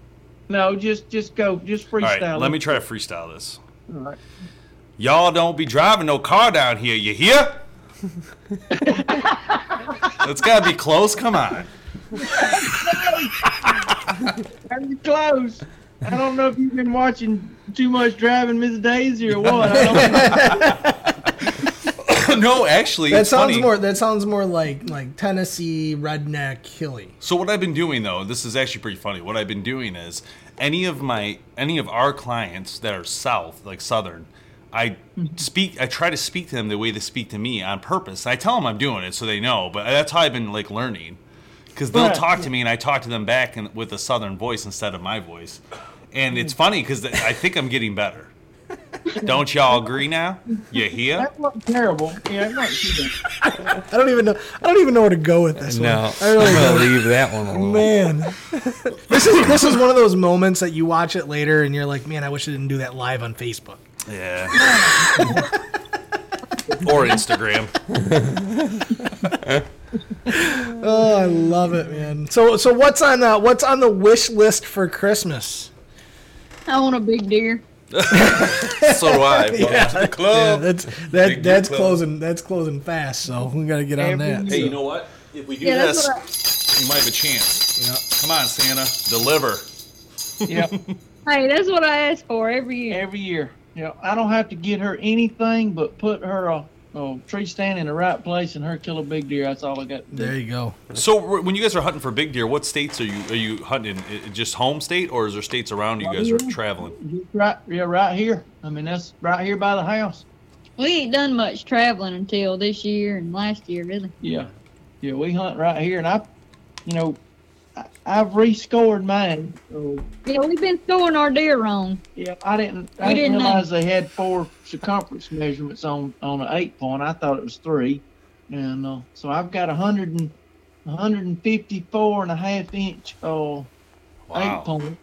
No, just just go, just
All
freestyle.
right, let me try to freestyle this.
All right.
Y'all don't be driving no car down here. You hear? That's gotta be close. Come on.
Are you close? I don't know if you've been watching too much driving Miss Daisy or what. I don't know.
no, actually,
That
it's
sounds
funny.
more. That sounds more like like Tennessee redneck hilly.
So what I've been doing though, this is actually pretty funny. What I've been doing is any of my any of our clients that are south, like southern, I
Mm-hmm.
speak I try to speak to them the way they speak to me on purpose. I tell them I'm doing it so they know, but that's how I've been like learning cuz they'll
Right.
talk to me and I talk to them back and with a southern voice instead of my voice. And
Mm.
it's funny cuz I think I'm getting better. Don't y'all agree now? You hear?
That wasn't terrible. Yeah, it wasn't too bad.
I don't even know. I don't even know where to go with this.
No,
one. I
I'm
really
gonna
don't.
leave that one alone.
Man, this is this is one of those moments that you watch it later and you're like, man, I wish I didn't do that live on Facebook.
Yeah. or Instagram.
Oh, I love it, man. So so what's on uh, what's on the wish list for Christmas?
I want a big deer.
So do I. Welcome to the
Yeah,
club.
that's
Big
that
deal,
that's
Phil.
closing that's closing fast. So we gotta get on that.
Hey, you know what? If we do
Yeah, that's
this,
what I-
we might have a chance. Come on, Santa, deliver.
Yep,
Hey, that's what I ask for every year.
every year. Yeah, I don't have to get her anything but put her a oh, tree stand in the right place and her kill a big deer. That's all I got. to do.
There you go.
So w- when you guys are hunting for big deer, what states are you are you hunting? in? I- Just home state, or is there states around you guys are traveling?
Right, yeah, right here. I mean, that's right here by the house.
We ain't done much traveling until this year and last year, really.
Yeah, yeah, we hunt right here, and I, you know, I, I've rescored mine. So,
Yeah, we've been scoring our deer wrong.
yeah, I didn't, I
We
didn't
didn't know.
realize they had four circumference measurements on on an eight point. I thought it was three, and uh, so I've got a hundred and a hundred and fifty four and a half inch uh, eight
Wow.
point.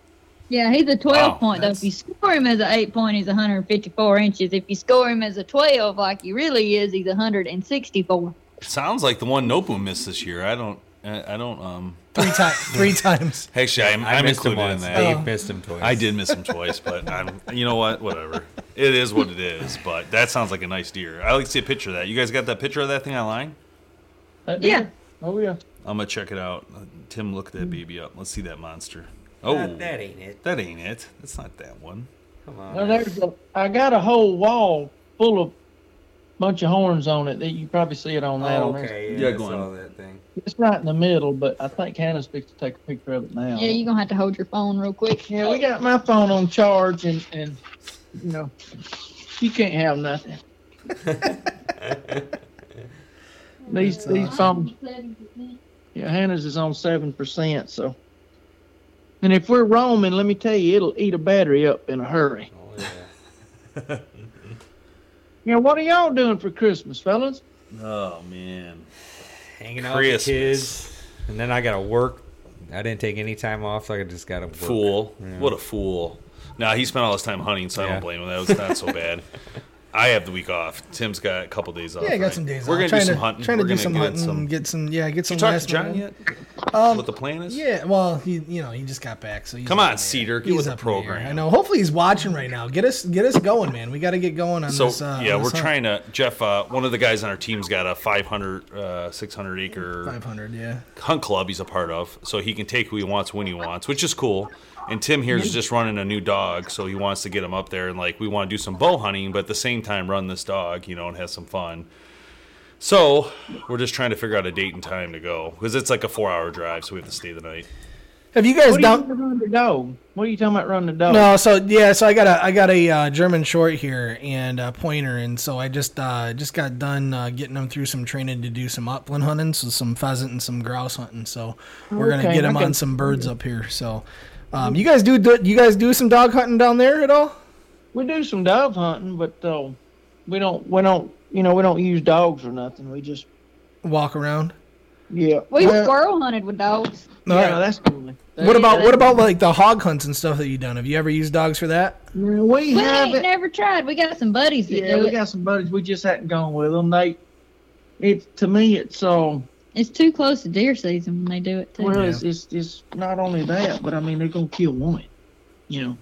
Yeah, he's a 12
Wow,
point, though. If you score him as an 8 point, he's 154 inches. If you score him as a 12, like he really is, he's 164.
Sounds like the one Nopu missed this year. I don't. I I don't. Um.
Three times. Three times.
Actually, I'm,
I
I'm
missed him
included in
once.
that.
Oh.
Dave missed him twice.
I did miss him twice, but I'm. You know what? Whatever. It is what it is. But that sounds like a nice deer. I like to see a picture of that. You guys got that picture of that thing online?
That
Yeah.
deer. Oh yeah.
I'm gonna check it out. Tim, look
Hmm.
that baby up. Let's see that monster. Oh,
That, that ain't it.
that ain't it. That's not that one.
Come on.
Well, there's a, I got a whole wall full of bunch of horns on it that you probably see it on that.
Oh,
on there.
okay.
Yeah,
Yeah, I
go on.
saw that thing.
It's right in the middle, but I think Hannah's fixed to take a picture of it now.
Yeah, you're going to have to hold your phone real quick.
Yeah, we got my phone on charge, and and you know, you can't have nothing. these these phones, yeah, Hannah's is on seven percent. So, and if we're roaming, let me tell you, it'll eat a battery up in a hurry.
Oh, yeah.
Yeah, what are y'all doing for Christmas, fellas?
Oh man.
Hanging out with
Christmas.
the kids. And then I got to work. I didn't take any time off, so I just got to work.
Fool. What a fool. Nah, he spent all his time hunting, so I
Yeah.
don't blame him. That was not so bad. I have the week off. Tim's got a couple days off.
Yeah, I got
right?
some days.
We're gonna
off. Trying
do some
to-
hunting.
Trying to
We're
do
gonna
some
get
hunting.
some-
Get some. Yeah, get some.
You talk to
last
John
minute- Um,
yet? what the plan is?
Yeah, well, he you know he just got back, so he's
Come
up
on,
in the air.
Cedar, get
He's
with the
up in air.
program.
I know. Hopefully, he's watching right now. Get us, get us going, man. We got to get going on
So
this. Uh,
yeah, we're trying to Jeff. Uh, one of the guys on our team's got a 500, uh, 600 acre
Five hundred, yeah.
hunt club he's a part of, so he can take who he wants when he wants, which is cool. And Tim here is just running a new dog, so he wants to get him up there and like we want to do some bow hunting, but at the same time run this dog, you know, and have some fun. So we're just trying to figure out a date and time to go because it's like a four-hour drive, so we have to stay the night.
Have you guys
What are you
done?
talking about running the dog? What are you talking about running the dog?
No, so yeah, so I got a I got a uh, German short here and a pointer, and so I just uh, just got done uh, getting them through some training to do some upland hunting, so some pheasant and some grouse hunting. So we're gonna
Okay,
get them
okay.
on some birds up here. So um, you guys do, do you guys do some dog hunting down there at all?
We do some dove hunting, but uh, we don't we don't you know we don't use dogs or nothing. We just
Walk around.
yeah.
We
well,
squirrel hunted with dogs.
Alright.
yeah, that's cool.
What about what about like the hog hunts and stuff that you done? Have you ever used dogs for that?
Yeah, we
We ain't
haven't.
never tried. We got some buddies that
Yeah,
do
we
it.
got some buddies. We just hadn't gone with them. They, it's to me, it's um,
It's too close to deer season when they do it, too.
well, it's, it's it's not only that, but I mean they're gonna kill one. You know,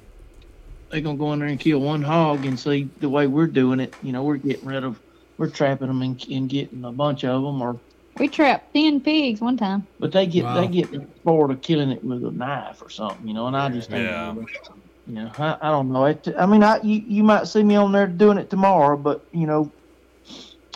they're gonna go in there and kill one hog and see the way we're doing it. You know, we're getting rid of, we're trapping them and, and getting a bunch of them, or
we trapped 10 pigs one time.
But they get
Wow.
they get bored of killing it with a knife or something, you know. And I just think,
Yeah.
you know, I, I don't know. It, I mean, I you, you might see me on there doing it tomorrow, but you know,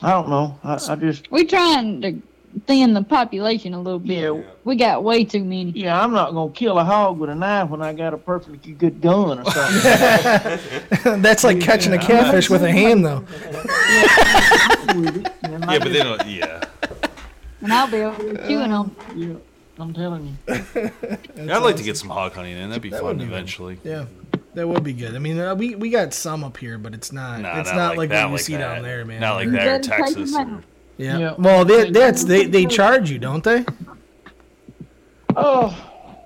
I don't know. I, I just
We're trying to thin the population a little bit.
yeah
We got way too many.
yeah. I'm not gonna kill a hog with a knife when I got a perfectly good gun or something.
That's like catching a catfish with a hand, though.
Yeah, but they don't. Yeah,
And I'll be over there chewing on
yeah, I'm telling you.
I'd like to get some hog hunting in. That'd be fun eventually.
Yeah, that would be good. I mean, uh, we we got some up here, but it's not
Nah,
it's not, like,
that,
what you see
that.
down there, man.
Not like
You
that or
gotta take
Texas.
them
Or,
out.
yeah.
Yeah.
Well, they, that's they they charge you, don't they?
Oh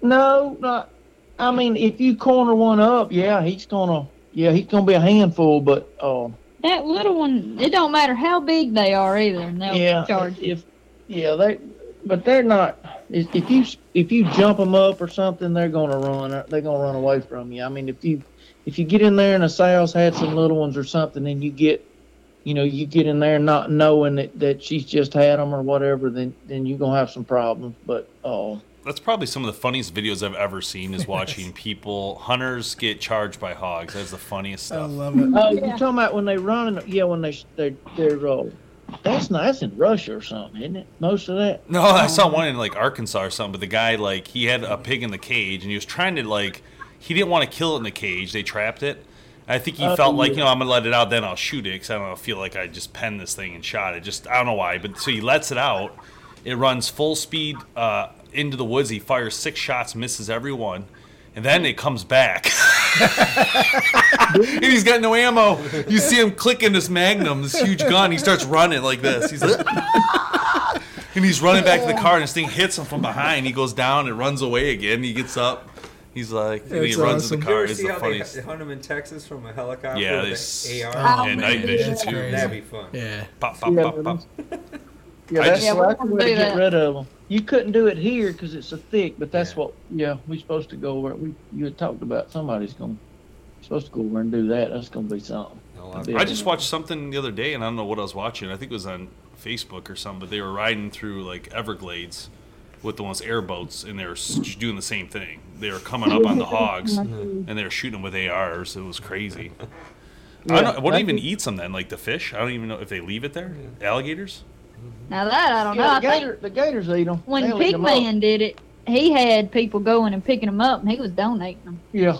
no, not. I mean, if you corner one up, yeah, he's gonna yeah he's gonna be a handful, but uh.
That little one, it don't matter how big they are either. and they'll
yeah, uh,
charge you.
If yeah, they but they're not. If if you if you jump them up or something, they're gonna run. uh, They're gonna run away from you. I mean, if you if you get in there and a sales had some little ones or something, and you get you know you get in there not knowing that that she's just had them or whatever, then then you're gonna have some problems. But oh,
that's probably some of the funniest videos I've ever seen is watching people hunters get charged by hogs. That's the funniest
I
stuff.
love it.
Oh, you're talking about when they run? Yeah, when they they they're uh, that's nice in Russia or something, isn't it? Most of that.
No, I saw one in like Arkansas or something, but the guy like he had a pig in the cage and he was trying to like he didn't want to kill it in the cage. They trapped it. I think he felt like you know I'm gonna let it out, then I'll shoot it because I don't know, feel like I just penned this thing and shot it. Just I don't know why, but so he lets it out. It runs full speed uh, into the woods. He fires six shots, misses every one, and then it comes back. and he's got no ammo. You see him clicking this magnum, this huge gun. He starts running like this. He's like. And he's running back to the car, and this thing hits him from behind. He goes down and runs away again. He gets up. He's like, and he
That's
runs
awesome.
to the car.
You ever
It's
see
the
how
funniest.
they hunt them in Texas from a helicopter?
Yeah,
with
they
an
s-
AR.
yeah,
man,
night vision
that's
too.
crazy.
That'd be fun.
Yeah.
Pop, pop, pop, pop.
Yeah,
I
that's
just-
the right way to
Yeah,
get
we'll do
rid of them. You couldn't do it here because it's so thick, but that's what. Yeah, we're supposed to go over. We you had talked about somebody's going to supposed to go over and do that. That's going to be something. Yeah.
I just watched something the other day, and I don't know what I was watching. I think it was on Facebook or something, but they were riding through like Everglades with the ones airboats, and they were s- doing the same thing. They were coming up on the hogs, and they were shooting them with ARs. It was crazy. I don't. What
that-
even eats them then? Like the fish? I don't even know if they leave it there. Alligators?
Now that I don't know. I
Yeah, Oh, the,
think
gator, the gators eat them.
when Pigman did it, he had people going and picking them up, and he was donating them.
Yeah.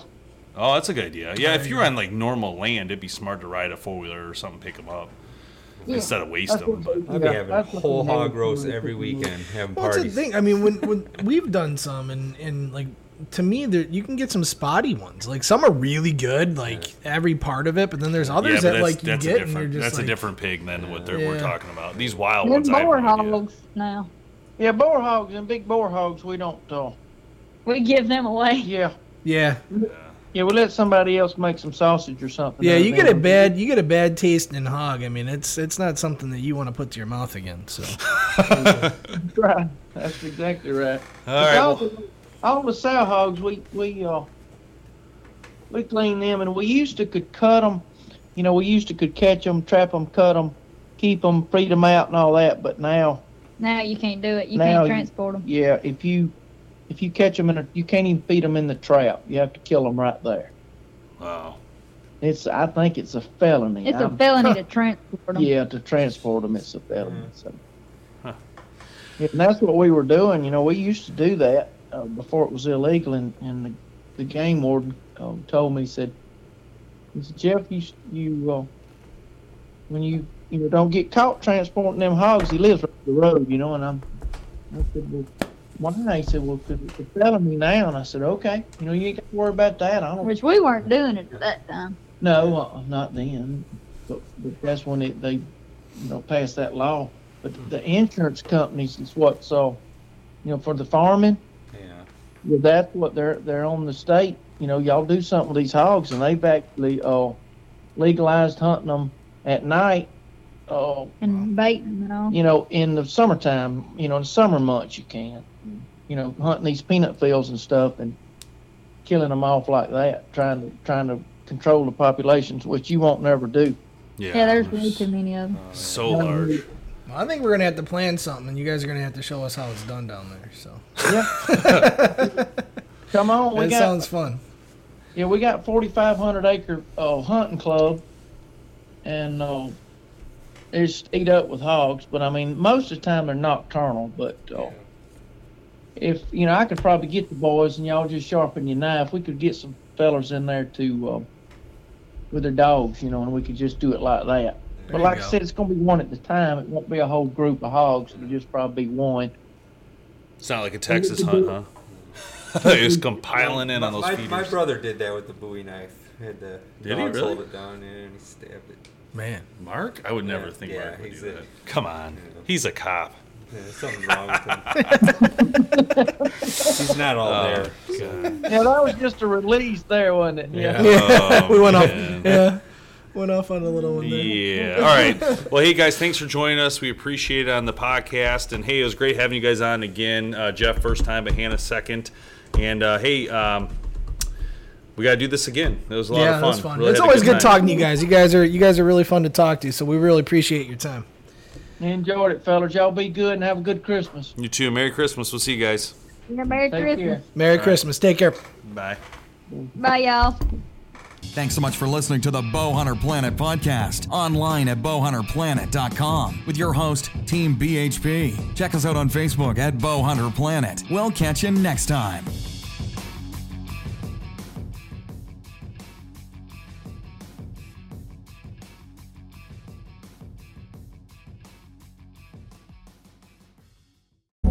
Oh, that's a good idea. Yeah, if you're on like normal land, it'd be smart to ride a four wheeler or something, pick them up instead of waste them. But
I'd be
Yeah,
having
that's what
whole
they have
hog
in
roast
Florida.
every weekend, having
Well, that's the
parties.
thing. I mean, when when we've done some, and and like to me, there you can get some spotty ones. Like some are really good, like every part of it. But then there's
yeah, but
others
that's,
that like you
that's
get,
a
and they're
different.
just
That's
like,
a different pig than what they're, we're
Yeah.
talking about. These wild
They're
ones. I have
boar
no idea.
hogs now.
Yeah, boar hogs and big boar hogs. We don't. Uh,
We give them away.
yeah.
Yeah,
Yeah, we let somebody else make some sausage or something.
yeah.
out of
You get a
them.
bad you get a bad taste in hog. I mean, it's it's not something that you want to put to your mouth again. So
Right. That's exactly right.
All right.
all,
well-
the, all the sow hogs, we we uh, we clean them, and we used to could cut them. You know, we used to could catch them, trap them, cut them, keep them, feed them out, and all that. But now,
Now you can't do it. You
Now
can't
you-
transport them.
yeah, if you if you catch them in a, you can't even feed them in the trap. You have to kill them right there.
Oh, Wow.
It's I think it's a felony.
It's a
I'm-
felony to transport them.
Yeah, to transport them, it's a felony. So. Yeah, and that's what we were doing. You know, we used to do that uh, before it was illegal, and, and the, the game warden um, told me, he said, he said, Jeff, you, s- you uh, when you, you know, don't get caught transporting them hogs, he lives right up the road, you know, and I'm, I said, well, why? He said, well, 'cause it's a felony now, and I said, okay, you know, you ain't got to worry about that. I don't
Which we weren't doing it at that time.
no, uh, not then. But, but that's when it, they, you know, passed that law. But the insurance companies is what so, you know, for the farming,
yeah.
well, that's what they're they're on the state. You know, y'all do something with these hogs, and they've actually uh, legalized hunting them at night. Uh,
And baiting them and all.
you know, in the summertime, you know, in the summer months, you can, you know, hunting these peanut fields and stuff and killing them off like that, trying to trying to control the populations, which you won't never do.
Yeah.
Yeah, there's way too many of them.
so large.
Well, I think we're gonna have to plan something, and you guys are gonna have to show us how it's done down there. So
Come on, we
that
got
sounds fun.
yeah, we got 4,500 acre uh, hunting club, and uh, it's eat up with hogs. But I mean, most of the time they're nocturnal. But uh, if you know, I could probably get the boys and y'all just sharpen your knife. We could get some fellas in there to uh, with their dogs, you know, and we could just do it like that. but
you
like
go.
I said, it's gonna be one at a time. It won't be a whole group of hogs. It'll just probably be one.
It's not like a Texas hunt, huh? They just come piling in on those
my,
feeders.
my brother did that with the Bowie knife. Had the
Did he
dogs
really?
hold it down there and he stabbed it.
Man,
Mark? I would never
Yeah,
think
yeah,
Mark would do
he's a-
that. Come on. He's a cop.
Yeah, there's something wrong with him. He's not all
Oh.
there.
God.
Yeah, that was just a release there, wasn't it?
Oh,
we went
man.
off. Yeah, went off on a little one. There.
Yeah. All right. Well, hey guys, thanks for joining us. We appreciate it on the podcast, and hey, it was great having you guys on again. Uh, Jeff first time, but Hannah second. And uh, hey, um, we gotta do this again. It was a lot
yeah,
of
that
fun.
was fun.
Really
it's
had a
always good,
time.
talking to you guys. You guys are you guys are really fun to talk to. So we really appreciate your time.
Enjoyed it, fellas. Y'all be good and have a good Christmas.
You too. Merry Christmas. We'll see you guys.
Yeah, Merry
Take
Christmas.
care.
Merry Christmas. Take care.
Bye.
Bye, y'all.
Thanks so much for listening to the Bowhunter Planet podcast online at bowhunterplanet.com with your host, Team BHP. Check us out on Facebook at Bowhunter Planet. We'll catch you next time.